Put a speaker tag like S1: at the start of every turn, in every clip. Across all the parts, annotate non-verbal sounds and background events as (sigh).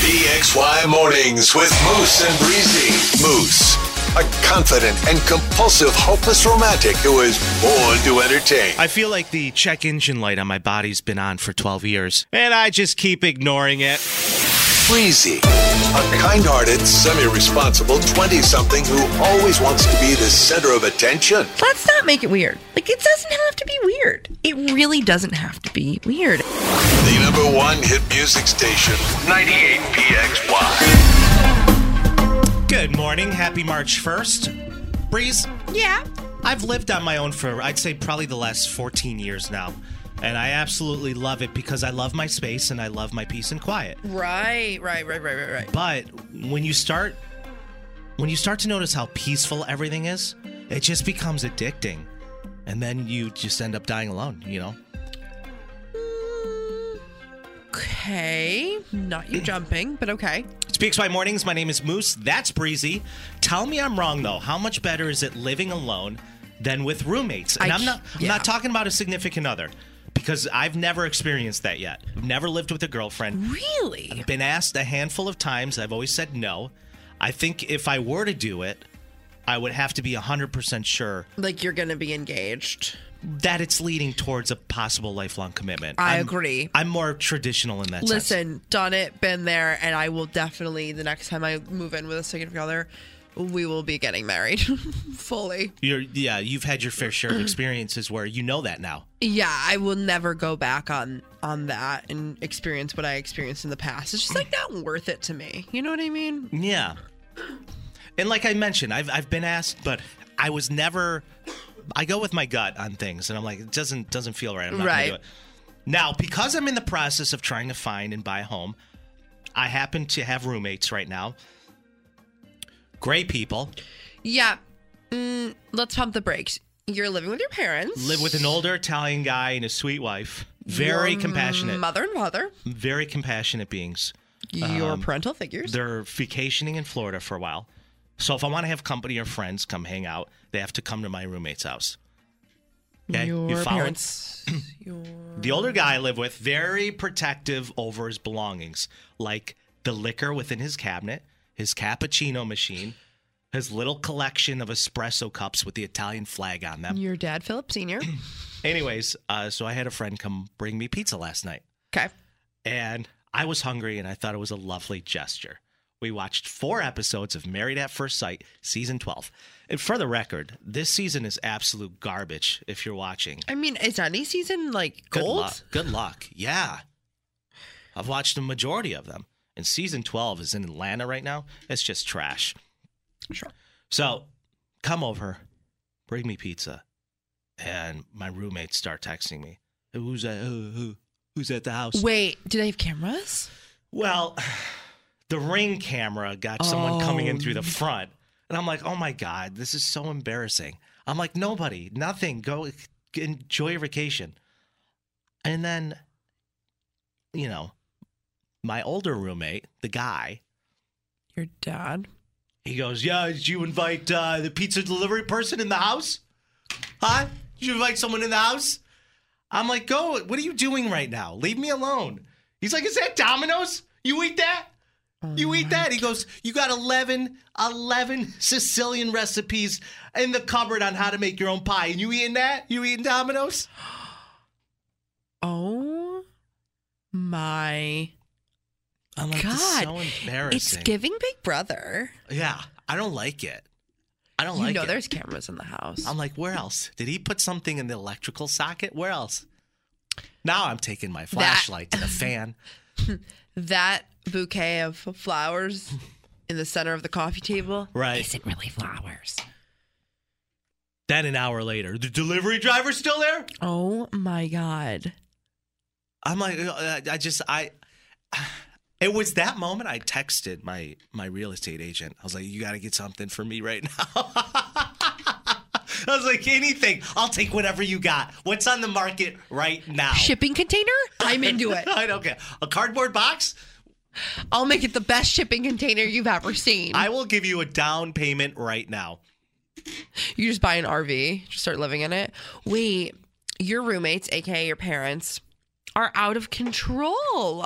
S1: BXY Mornings with Moose and Breezy. Moose, a confident and compulsive hopeless romantic who is born to entertain.
S2: I feel like the check engine light on my body's been on for 12 years, and I just keep ignoring it.
S1: Breezy, a kind hearted, semi responsible 20 something who always wants to be the center of attention.
S3: Let's not make it weird. Like, it doesn't have to be weird. It really doesn't have to be weird.
S1: The number one hit music station, 98 BXY.
S2: Good morning. Happy March 1st. Breeze,
S3: Yeah.
S2: I've lived on my own for, I'd say, probably the last 14 years now. And I absolutely love it because I love my space and I love my peace and quiet.
S3: Right, right, right, right, right, right.
S2: But when you start when you start to notice how peaceful everything is, it just becomes addicting. And then you just end up dying alone, you know?
S3: Okay. Not you jumping, but okay.
S2: Speaks by Mornings. My name is Moose. That's Breezy. Tell me I'm wrong though. How much better is it living alone than with roommates? And
S3: I-
S2: I, am not I'm
S3: yeah.
S2: not talking about a significant other because I've never experienced that yet. I've never lived with a girlfriend.
S3: Really?
S2: Been asked a handful of times. I've always said no. I think if I were to do it, I would have to be 100% sure
S3: Like, you're going to be engaged.
S2: that it's leading towards a possible lifelong commitment.
S3: I
S2: I'm-
S3: agree.
S2: I'm more traditional in that sense.
S3: Listen, done it, been there, and I will definitely, the next time I move in with a significant other, we will be getting married (laughs) fully.
S2: You're, yeah, you've had your fair
S3: (clears throat)
S2: share of experiences where you know that now.
S3: Yeah, I will never go back on on that and experience what I experienced in the past. It's just like not worth it to me. You know what I mean?
S2: Yeah. And like I mentioned, I've I've been asked, but I was never I go with my gut on things and I'm like, it doesn't doesn't feel right. I'm not
S3: Right.
S2: gonna do it. Now, because I'm in the process of trying to find and buy a home, I happen to have roommates right now. Great people.
S3: Yeah. Mm, let's pump the brakes. You're living with your parents.
S2: Live with an older Italian guy and a sweet wife. Very
S3: your
S2: compassionate.
S3: Mother and father.
S2: Very compassionate beings.
S3: Your parental figures.
S2: Um, They're vacationing in Florida for a while. So if I want to have company or friends come hang out, they have to come to my roommate's house. Okay?
S3: Your
S2: You following? (clears throat)
S3: parents. your...
S2: The older guy I live with, very protective over his belongings, like the liquor within his cabinet, his cappuccino machine, his little collection of espresso cups with the Italian flag on them.
S3: your dad, Philip
S2: (clears throat)
S3: Sr.
S2: Anyways, uh, so I had a friend come bring me pizza last night.
S3: okay.
S2: and I was hungry and I thought it was a lovely gesture. We watched four episodes of Married at First Sight, season 12. And for the record, this season is absolute garbage if you're watching.
S3: I mean, is any season like
S2: Good
S3: gold?
S2: luck. Good luck. Yeah. I've watched the majority of them. And season 12 is in Atlanta right now. It's just trash.
S3: Sure.
S2: So come over, bring me pizza. And my roommates start texting me, Who's at, who, who, who's at the house?
S3: Wait, do they have cameras?
S2: Well, (sighs) the ring camera got someone coming in
S3: Oh.
S2: through the front. And I'm like, oh my God, this is so embarrassing. I'm like, nobody, nothing. Go enjoy your vacation. And then, you know, my older roommate, the guy,
S3: Your dad.
S2: he goes, yeah, did you invite uh, the pizza delivery person in the house? Huh? Did you invite someone in the house? I'm like, go, what are you doing right now? Leave me alone. He's like, is that Domino's? You eat that? You
S3: Oh
S2: eat that? He goes, You got 11, 11 (laughs) Sicilian recipes in the cupboard on how to make your own pie. And you eating that? You eating Domino's?
S3: Oh my
S2: I'm like, This is
S3: God.
S2: so embarrassing.
S3: It's giving Big Brother.
S2: yeah, I don't like it. I don't
S3: You
S2: like
S3: know
S2: it.
S3: there's cameras in the house.
S2: I'm like, Where else? Did he put something in the electrical socket? Where else? Now I'm taking my flashlight to the fan.
S3: that bouquet of flowers in the center of the coffee table
S2: Right.
S3: isn't really flowers.
S2: Then an hour later, the delivery driver's still there?
S3: Oh my God.
S2: I'm like, uh, I uh, (sighs) just, I, It was that moment I texted my my real estate agent. I was like, "You got to get something for me right (laughs) now." I was like, "Anything, I'll take whatever you got. What's on the market right now?"
S3: Shipping container? I'm into it.
S2: (laughs) I don't care. A cardboard box?
S3: I'll make it the best shipping container you've ever seen.
S2: I will give you a down payment right now.
S3: you just buy an RV, just start living in it. Wait, your roommates, aka your parents, are out of control.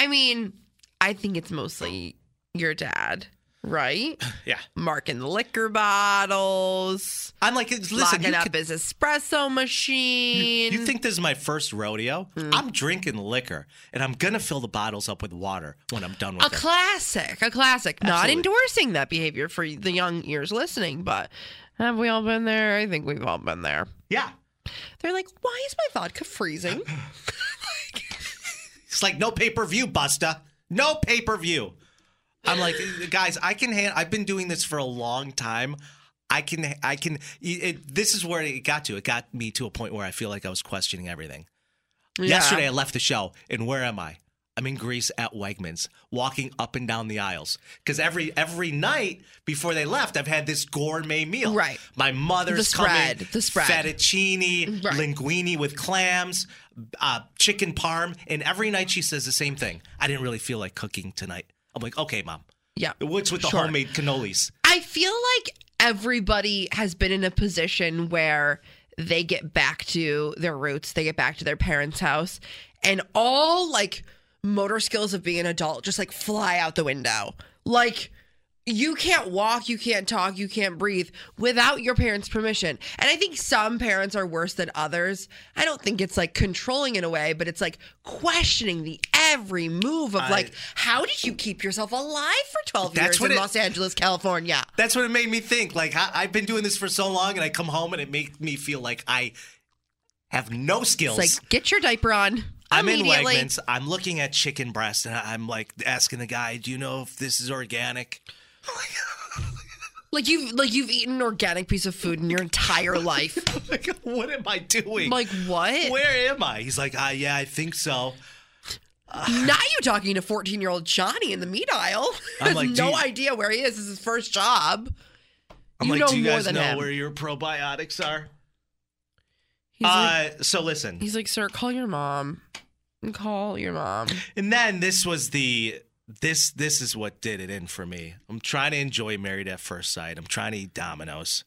S3: I mean, I think it's mostly your dad,
S2: (sighs)
S3: right?
S2: Yeah.
S3: Marking the liquor bottles,
S2: I'm like, listen,
S3: locking
S2: you,
S3: up
S2: could-
S3: his espresso machine.
S2: you think this is my first rodeo? I'm drinking liquor, and I'm gonna fill the bottles up with water when I'm done with
S3: a
S2: it.
S3: classic, a classic. Not
S2: Absolutely.
S3: endorsing that behavior for the young ears listening, but have we all been there? I think we've all been there.
S2: yeah.
S3: They're like, why is my vodka freezing?
S2: It's like no pay per view, Busta. No pay per view. I'm like, guys, I can hand. I've been doing this for a long time. I can. I can. It, this is where it got to. It got me to a point where I feel like I was questioning everything. (laughs) Yesterday, I left the show, and where am I? I'm in Greece at Wegmans, walking up and down the aisles. Because every every night before they left, I've had this gourmet meal.
S3: Right.
S2: My mother's
S3: The spread,
S2: coming,
S3: the spread.
S2: fettuccine,
S3: Right.
S2: linguine with clams, uh, chicken parm, and every night she says the same thing. I didn't really feel like cooking tonight. I'm like, okay, mom.
S3: Yeah.
S2: What's with the
S3: Sure.
S2: homemade cannolis?
S3: I feel like everybody has been in a position where they get back to their roots, they get back to their parents' house, and all like motor skills of being an adult just like fly out the window. Like, you can't walk, you can't talk, you can't breathe without your parents' permission. And I think some parents are worse than others. I don't think it's like controlling in a way, but it's like questioning the every move of like, how did you keep yourself alive for 12
S2: That's
S3: years
S2: what
S3: in
S2: it-
S3: Los Angeles, California?
S2: That's what it made me think. Like I, I've been doing this for so long, and I come home, and it makes me feel like I have no skills.
S3: It's like, get your diaper on.
S2: I'm in
S3: immediately.
S2: Wegmans. I'm looking at chicken breast, and I'm like asking the guy, "Do you know if this is organic?" (laughs)
S3: Like you've like you've eaten an organic piece of food in your entire life.
S2: (laughs) like, what am I doing?
S3: Like what?
S2: where am I? He's like, "Ah, yeah, I think so."
S3: Now you talking to 14 year old Johnny in the meat aisle. (laughs)
S2: I'm like, do
S3: no
S2: you-
S3: idea where he is. This is his first job.
S2: I'm
S3: You
S2: like,
S3: know
S2: "Do you
S3: more
S2: guys
S3: than
S2: know
S3: him."
S2: where your probiotics are?"
S3: He's like,
S2: uh, so listen,
S3: he's like, sir, call your mom. Call your mom.
S2: and then this was the this this is what did it in for me. I'm trying to enjoy Married at First Sight. I'm trying to eat Domino's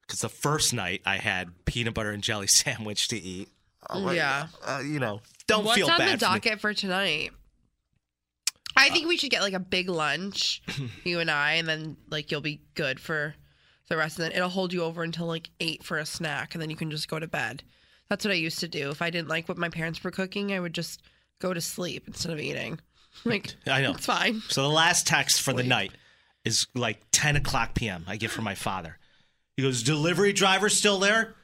S2: because the first night I had peanut butter and jelly (laughs) sandwich to eat.
S3: yeah.
S2: Uh, you know, don't
S3: What's
S2: feel
S3: on
S2: bad.
S3: the
S2: for me.
S3: docket for tonight? I think we should get like a
S2: (laughs)
S3: big lunch, you and I, and then like you'll be good for the rest of the It'll hold you over until like eight for a snack, and then you can just go to bed. That's what I used to do. If I didn't like what my parents were cooking, I would just go to sleep instead of eating. Like
S2: I know.
S3: it's fine.
S2: So the last text for the
S3: Sleep.
S2: night is like 10 o'clock p.m. I get from my father. He goes, "Delivery driver still there?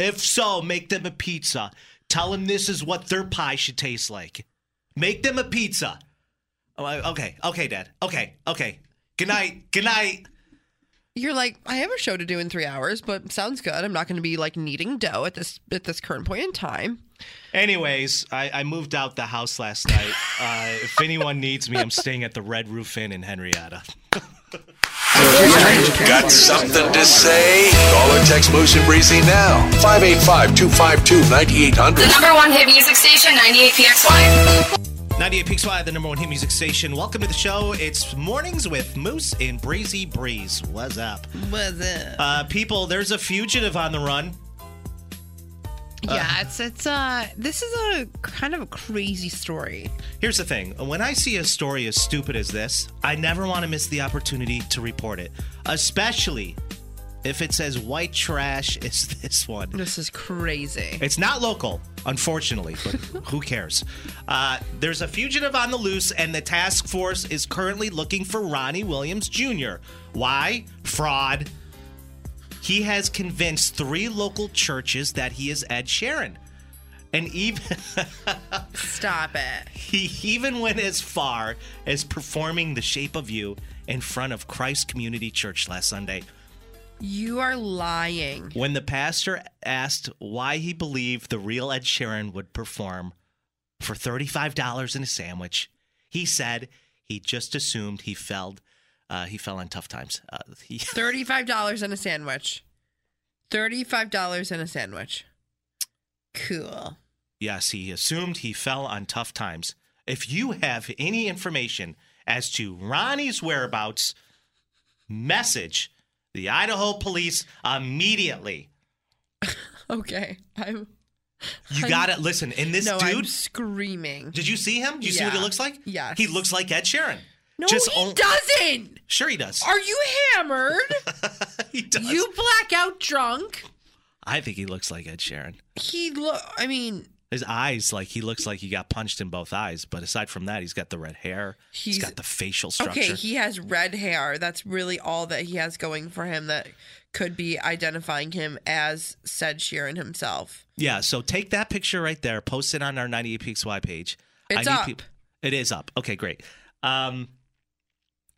S2: If so, make them a pizza. Tell them this is what their pie should taste like. Make them a pizza." Oh, I- okay, okay, Dad. Okay, okay. Good night. Good night.
S3: You're like, I have a show to do in three hours, but sounds good. I'm not going to be like kneading dough at this at this current point in time.
S2: Anyways, I, I moved out the house last night. Uh, if anyone needs me, I'm staying at the Red Roof Inn in Henrietta.
S1: Got something to say? Call or text Moose and Breezy now. 585 252
S4: The
S1: 9800.
S4: number one hit music station, 98PXY.
S2: 98 Peaks Y, the number one hit music station. Welcome to the show. It's Mornings with Moose and Breezy Breeze. What's up?
S3: Was it?
S2: Uh, people, there's a fugitive on the run.
S3: Yeah, it's it's uh this is a kind of a crazy story.
S2: Here's the thing when I see a story as stupid as this, I never want to miss the opportunity to report it, especially if it's as white trash as (laughs) this one.
S3: This is crazy.
S2: It's not local, unfortunately, but (laughs) who cares? Uh, there's a fugitive on the loose, and the task force is currently looking for Ronnie Williams Jr. Why? Fraud. He has convinced three local churches that he is Ed Sharon. And even (laughs)
S3: Stop it.
S2: he even went as far as performing The Shape of You in front of Christ Community Church last Sunday.
S3: You are lying.
S2: When the pastor asked why he believed the real Ed Sheeran would perform, for $35 in a sandwich. He said he just assumed he fell, uh, he fell on tough times. Uh, he, (laughs)
S3: Thirty-five dollars and a sandwich. Thirty-five dollars and a sandwich. Cool.
S2: yes, he assumed he fell on tough times. If you have any information as to Ronnie's whereabouts, message the Idaho police immediately.
S3: Okay, I'm.
S2: You
S3: I'm-
S2: got to listen. And this
S3: no,
S2: dude,
S3: I'm screaming.
S2: did you see him? Do you see what he
S3: Yeah.
S2: looks like?
S3: Yes.
S2: He looks like Ed Sheeran.
S3: No, he
S2: on-
S3: doesn't.
S2: Sure, he does.
S3: Are you hammered?
S2: (laughs) he does.
S3: you blackout drunk?
S2: I think he looks like Ed Sheeran.
S3: He look. I mean,
S2: His eyes, like he looks like he got punched in both eyes. But aside from that, he's got the red hair. he's
S3: He's-
S2: got the facial structure.
S3: okay, he has red hair. That's really all that he has going for him. That could be identifying him as said Sheeran himself.
S2: yeah. So take that picture right there. Post it on our 98pxy page. I
S3: It's
S2: need
S3: up.
S2: peop- it is up. Okay, great. Um,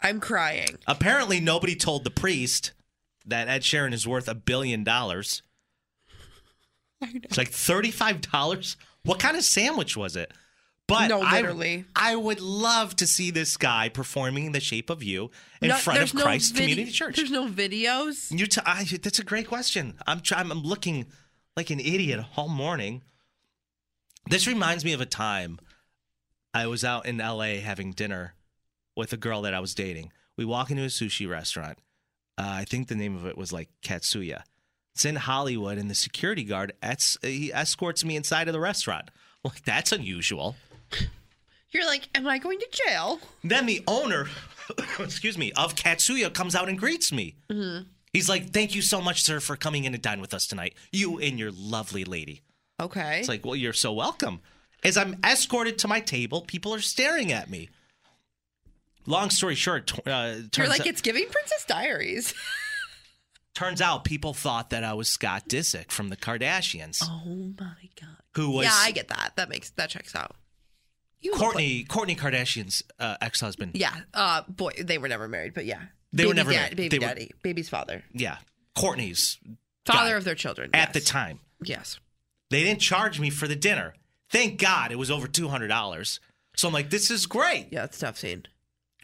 S3: I'm crying.
S2: apparently, nobody told the priest that Ed Sheeran is worth a billion dollars.
S3: I know.
S2: It's like thirty-five dollars. What kind of sandwich was it? But
S3: No,
S2: I-
S3: literally.
S2: I, would love to see this guy performing "The Shape of You" in
S3: No,
S2: front
S3: there's
S2: of
S3: no
S2: Christ
S3: vid-
S2: Community Church.
S3: There's no videos.
S2: You t- I, that's a great question. I'm try- I'm looking like an idiot all morning. This reminds me of a time I was out in LA having dinner with a girl that I was dating. We walk into a sushi restaurant. Uh, I think the name of it was like Katsuya. It's in Hollywood, and the security guard ets- he escorts me inside of the restaurant. (laughs) I'm like that's unusual.
S3: You're like, am I going to jail?
S2: Then the owner, (laughs) excuse me, of Katsuya comes out and greets me.
S3: Mm-hmm.
S2: He's like, "Thank you so much, sir, for coming in to dine with us tonight. You and your lovely lady."
S3: Okay.
S2: It's like, "Well, you're so welcome." As I'm escorted to my table, people are staring at me. Long story short, t- uh, turns
S3: You're like,
S2: out,
S3: it's giving Princess Diaries. (laughs)
S2: turns out people thought that I was Scott Disick from the Kardashians,
S3: Oh my god.
S2: who was
S3: yeah, I get that. That makes that checks out. You look like-
S2: Courtney Courtney Kardashian's uh, ex-husband.
S3: yeah. Uh, boy, they were never married, but yeah.
S2: They
S3: baby
S2: were never
S3: dad-
S2: married.
S3: Baby
S2: They were-
S3: daddy, baby's father,
S2: Yeah, Courtney's
S3: father
S2: Guy.
S3: of their children.
S2: at the
S3: yes.
S2: time.
S3: Yes.
S2: They didn't charge me for the dinner. Thank God it was over $200. So I'm like, this is great.
S3: Yeah, it's a tough scene.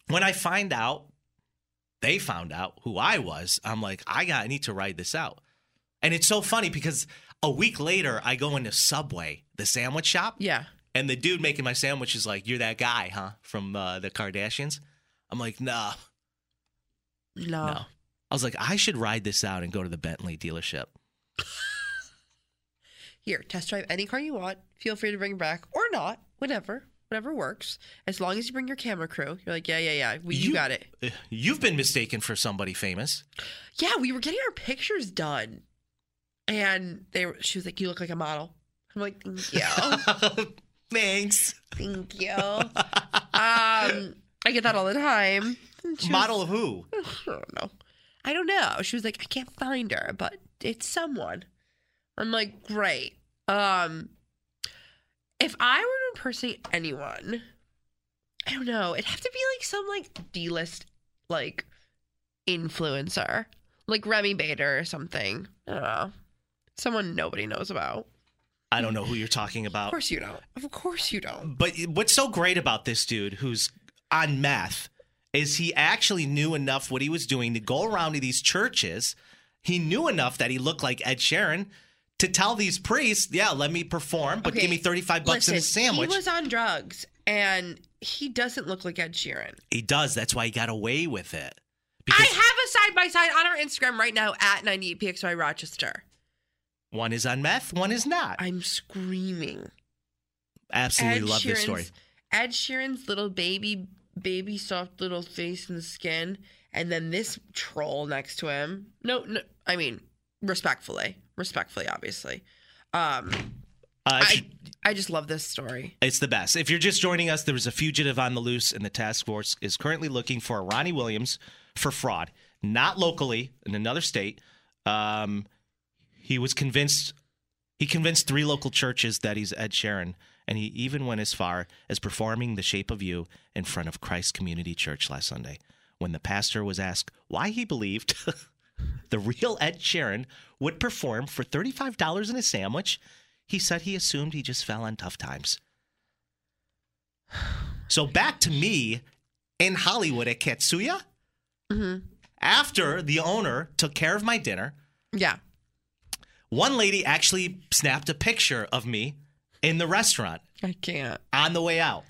S2: When I find out, they found out who I was, I'm like, I got I need to ride this out. And it's so funny because a week later I go into Subway, the sandwich shop,
S3: Yeah.
S2: and the dude making my sandwich is like, "You're that guy, huh, from uh, the Kardashians?" I'm like, "Nah,
S3: No.
S2: no." I was like, "I should ride this out and go to the Bentley dealership."
S3: Here, test drive any car you want. Feel free to bring it back or not. Whatever. Whatever works. As long as you bring your camera crew. You're like, yeah, yeah, yeah. We, you got it.
S2: You've been mistaken for somebody famous.
S3: Yeah, we were getting our pictures done, and they were, she was like, "You look like a model." I'm like,
S2: (laughs)
S3: "Thank you,
S2: Thanks. (laughs)
S3: thank you." Um, I get that all the time. And she was-
S2: Model of who?
S3: I don't know. I don't know. She was like, "I can't find her, but it's someone." I'm like, "Great." Um, if I were to impersonate anyone, I don't know. It'd have to be like some like D-list like influencer, like Remy Bader or something. I don't know. Someone nobody knows about.
S2: I don't know who you're talking
S3: Of
S2: about.
S3: course you don't. Of course you don't.
S2: But what's so great about this dude who's on meth is he actually knew enough what he was doing to go around to these churches. He knew enough that he looked like Ed Sheeran to tell these priests, yeah, let me perform, but
S3: Okay,
S2: give me 35 bucks in a
S3: Listen,
S2: sandwich.
S3: He was on drugs, and he doesn't look like Ed Sheeran.
S2: he does. That's why he got away with it.
S3: I
S2: Because
S3: have a side by side on our Instagram right now at 98pxy Rochester.
S2: one is on meth, one is not. I
S3: I'm screaming.
S2: absolutely love this story.
S3: Ed Sheeran's little baby, baby soft little face and skin, and then this troll next to him. No, no, I mean respectfully, respectfully, obviously. Um,
S2: Uh, if
S3: I,
S2: you-
S3: I just love this story.
S2: It's the best. If you're just joining us, there was a fugitive on the loose, and the task force is currently looking for Ronnie Williams for fraud, not locally in another state. Um, he was convinced. He convinced three local churches that he's Ed Sheeran, and he even went as far as performing "The Shape of You" in front of Christ Community Church last Sunday. When the pastor was asked why he believed (laughs) the real Ed Sheeran would perform for thirty-five dollars in a sandwich, he said he assumed he just fell on tough times. So back to me in Hollywood at Katsuya.
S3: Mm-hmm.
S2: After the owner took care of my dinner,
S3: Yeah.
S2: one lady actually snapped a picture of me in the restaurant
S3: I can't.
S2: on the way out.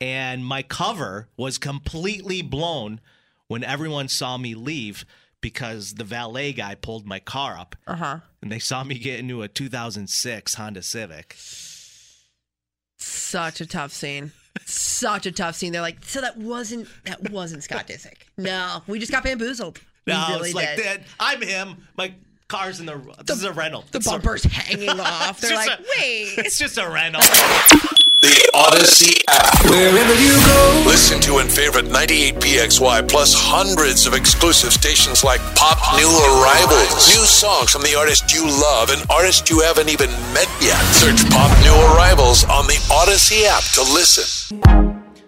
S2: And my cover was completely blown when everyone saw me leave because the valet guy pulled my car up
S3: Uh huh.
S2: and they saw me get into a 2006 Honda Civic.
S3: Such a tough scene. Such a tough scene. They're like, so that wasn't that wasn't Scott Disick. No, we just got bamboozled. We
S2: No,
S3: really
S2: it's like
S3: did.
S2: that. I'm him. My car's in the. This is a rental.
S3: The
S2: It's a-
S3: bumper's hanging
S2: (laughs)
S3: off. They're
S2: It's
S3: like,
S2: just a-
S3: wait.
S2: (laughs) It's just a
S3: (laughs)
S2: rental.
S1: The Odyssey app.
S5: Wherever you go,
S1: Listen to and favorite 98PXY plus hundreds of exclusive stations like Pop New Arrivals. New songs from the artist you love and artist you haven't even met yet. Search Pop New Arrivals on the Odyssey app to listen.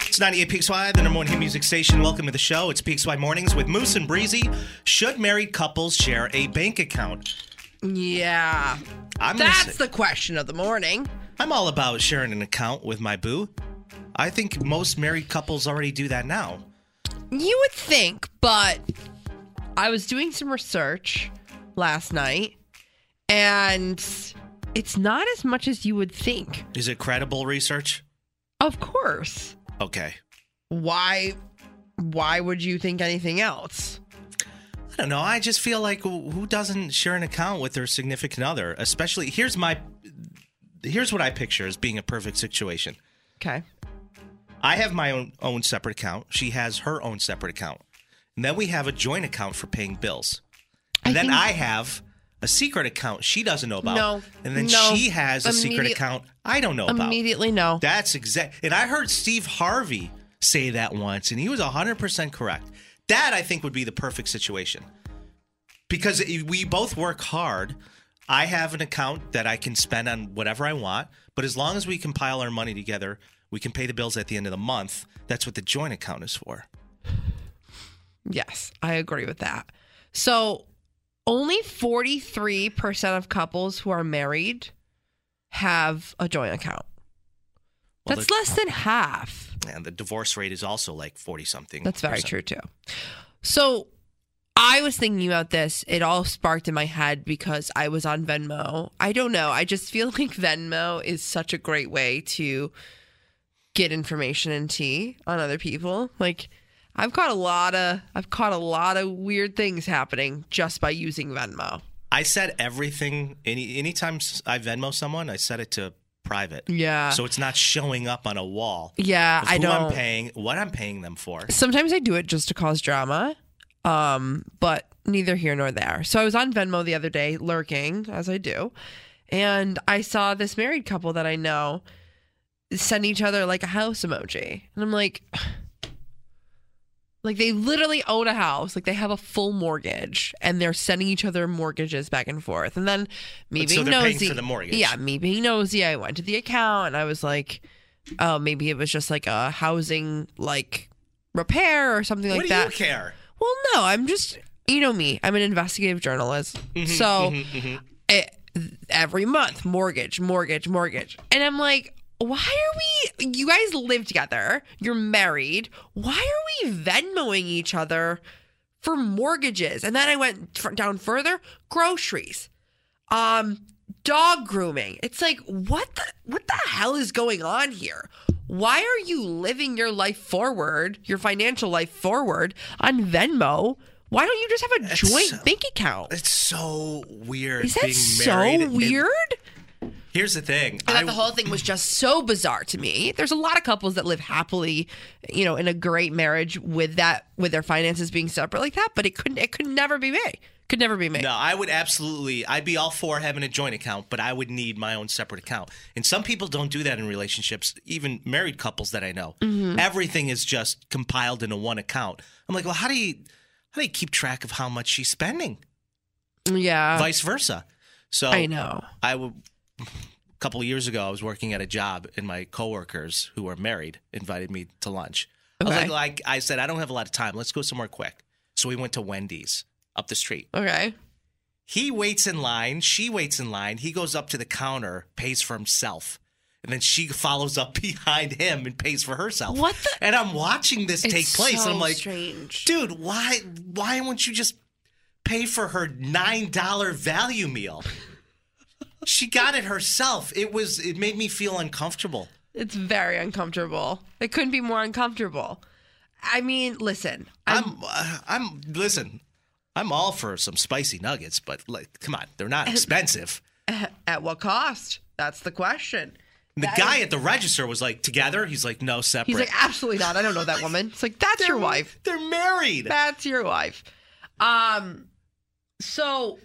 S2: It's 98 PXY, the number one hit music station. Welcome to the show. It's PXY Mornings with Moose and Breezy. Should married couples share a bank account?
S3: Yeah.
S2: I'm gonna say-
S3: That's the question of the morning.
S2: I'm all about sharing an account with my boo. I think most married couples already do that now.
S3: You would think, but I was doing some research last night and it's not as much as you would think.
S2: Is it credible research?
S3: Of course.
S2: Okay.
S3: Why why would you think anything else?
S2: I don't know. I just feel like wh- who doesn't share an account with their significant other? Especially here's my here's what I picture as being a perfect situation.
S3: Okay.
S2: I have my own own separate account. She has her own separate account. And then we have a joint account for paying bills. And
S3: I
S2: then
S3: think-
S2: I have a secret account she doesn't know about.
S3: No,
S2: and then
S3: no.
S2: she has a secret
S3: Immediate-
S2: account I don't know about.
S3: Immediately no.
S2: That's exact. And I heard Steve Harvey say that once, and he was 100% correct. That I think would be the perfect situation because we both work hard. I have an account that I can spend on whatever I want, but as long as we compile our money together, we can pay the bills at the end of the month. That's what the joint account is for.
S3: Yes, I agree with that. So, only 43% of couples who are married have a joint account.
S2: Well,
S3: That's
S2: the-
S3: less than half.
S2: And the divorce rate is also like 40 something.
S3: That's very
S2: percent.
S3: true, too. So, I was thinking about this. It all sparked in my head because I was on Venmo. I don't know. I just feel (laughs) like Venmo is such a great way to get information and tea on other people. Like, I've caught a lot of I've caught a lot of weird things happening just by using Venmo.
S2: I set everything any anytime s- I Venmo someone, I set it to private.
S3: Yeah.
S2: So it's not showing up on a wall.
S3: Yeah,
S2: of
S3: I
S2: who I'm
S3: don't.
S2: paying, what I'm paying them for.
S3: Sometimes I do it just to cause drama, um, but neither here nor there. So I was on Venmo the other day, lurking as I do, and I saw this married couple that I know send each other like a house emoji, and I'm like, (sighs) like they literally own a house, like they have a full mortgage, and they're sending each other mortgages back and forth. And then me
S2: But so
S3: being
S2: they're paying
S3: nosy,
S2: for the mortgage.
S3: yeah, me being nosy, I went to the account and I was like, oh, maybe it was just like a housing like repair or something
S2: what
S3: like
S2: do
S3: that.
S2: you care?
S3: Well, no, I'm just you know me. I'm an investigative journalist,
S2: Mm-hmm,
S3: so it- e, every month, mortgage, mortgage, mortgage, and I'm like, why are we? You guys live together. You're married. Why are we Venmoing each other for mortgages? And then I went f- down further, groceries, um, dog grooming. It's like what the what the hell is going on here? Why are you living your life forward, your financial life forward on Venmo? Why don't you just have a
S2: That's
S3: joint
S2: so-
S3: bank account?
S2: It's so weird.
S3: Is that
S2: being
S3: so
S2: married and-
S3: weird?
S2: here's the thing.
S3: I thought the whole thing was just so bizarre to me. There's a lot of couples that live happily, you know, in a great marriage with that with their finances being separate like that, but it couldn't it could never be me. Could never be me.
S2: no, I would absolutely. I'd be all for having a joint account, but I would need my own separate account. And some people don't do that in relationships, even married couples that I know.
S3: Mm-hmm.
S2: Everything is just compiled into one account. I'm like, well, how do you how do you keep track of how much she's spending?
S3: Yeah.
S2: Vice versa. So
S3: Uh, I know.
S2: I w- a couple of years ago, I was working at a job, and my coworkers who were married invited me to lunch. I was
S3: Okay.
S2: like, like, I said, I don't have a lot of time. Let's go somewhere quick. So we went to Wendy's up the street.
S3: Okay.
S2: He waits in line. She waits in line. He goes up to the counter, pays for himself. And then she follows up (laughs) behind him and pays for herself.
S3: What the-
S2: And I'm watching this
S3: It's
S2: take place,
S3: so
S2: and I'm like,
S3: strange.
S2: dude, why why won't you just pay for her nine dollar value meal? she got it herself. It was it made me feel uncomfortable.
S3: It's very uncomfortable. It couldn't be more uncomfortable. I mean, listen, I'm,
S2: I'm uh, I'm listen. I'm all for some spicy nuggets, but like, come on, they're
S3: (laughs)
S2: not expensive.
S3: at what cost? That's the question.
S2: And the guy at the register was like, "Together?" He's like, "No, separate."
S3: He's like, absolutely not. I don't know that woman. It's like, that's your wife.
S2: They're married.
S3: That's your wife. Um,
S2: (laughs)
S3: so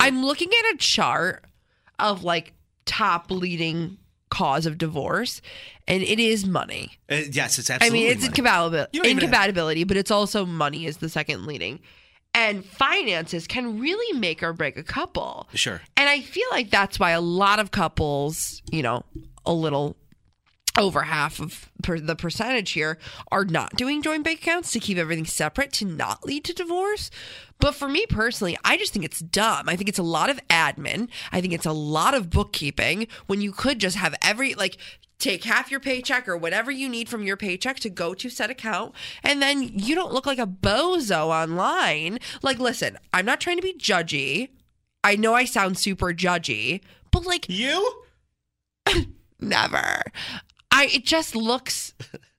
S3: I'm looking at a chart of like top leading cause of divorce, and it is money.
S2: Uh, yes, it's
S3: I
S2: absolutely.
S3: mean, it's
S2: money.
S3: incompatibility,
S2: You don't even have-
S3: incompatibility, but it's also money is the second leading, and finances can really make or break a couple.
S2: Sure.
S3: And I feel like that's why a lot of couples, you know, a little over half of per- the percentage here are not doing joint bank accounts to keep everything separate to not lead to divorce. But for me personally, I just think it's dumb. I think it's a lot of admin. I think it's a lot of bookkeeping when you could just have every like take half your paycheck or whatever you need from your paycheck to go to said account and then you don't look like a bozo online. Like listen, I'm not trying to be judgy. I know I sound super judgy, but like
S2: you.
S3: never. I it just looks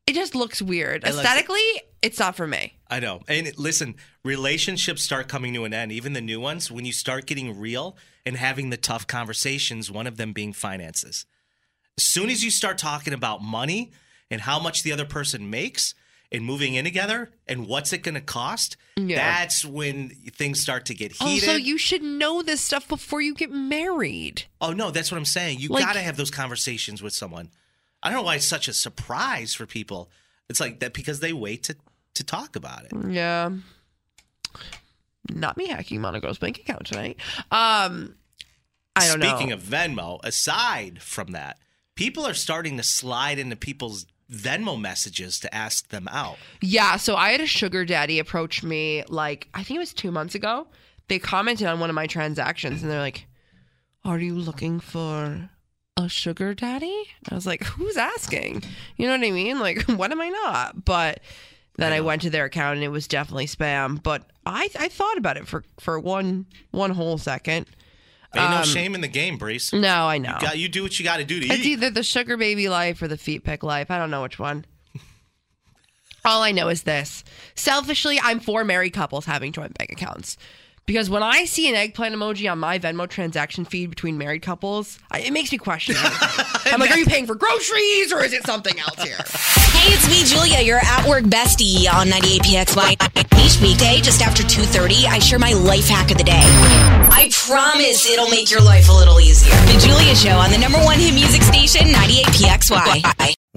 S3: it just looks weird.
S2: I like (laughs) it.
S3: Aesthetically, it's not for me.
S2: I know. And it- listen, relationships start coming to an end, even the new ones, when you start getting real and having the tough conversations, one of them being finances. As soon as you start talking about money and how much the other person makes and moving in together and what's it going to cost,
S3: Yeah.
S2: that's when things start to get heated.
S3: Also, you should know this stuff before you get married.
S2: oh, no, that's what I'm saying. You
S3: Like-
S2: got to have those conversations with someone. I don't know why it's such a surprise for people. It's like that because they wait to, to talk about it.
S3: Yeah. Not me hacking Monaco's bank account tonight. Um I don't know.
S2: Speaking of Venmo, aside from that, people are starting to slide into people's Venmo messages to ask them out.
S3: Yeah, so I had a sugar daddy approach me like I think it was two months ago. They commented on one of my transactions and they're like, Are you looking for a sugar daddy? I was like, Who's asking? You know what I mean? Like, (laughs) what am I not? But then I went to their account and it was definitely spam. But I I thought about it for, for one one whole second.
S2: Ain't
S3: Um,
S2: no shame in the game, Brees.
S3: No, I know.
S2: Got you do what you got to do to
S3: It's
S2: eat.
S3: either the sugar baby life or the feet pick life. I don't know which one. All I know is this. Selfishly, I'm for married couples having joint bank accounts. Because when I see an eggplant emoji on my Venmo transaction feed between married couples, I, it makes me question. everything. I'm like, are you paying for groceries or is it something else here?
S5: Hey, it's me, Julia, your at work bestie on 98PXY. Each weekday, just after 2.30, I share my life hack of the day. I promise it'll make your life a little easier. The Julia Show on the number one hit music station, 98PXY.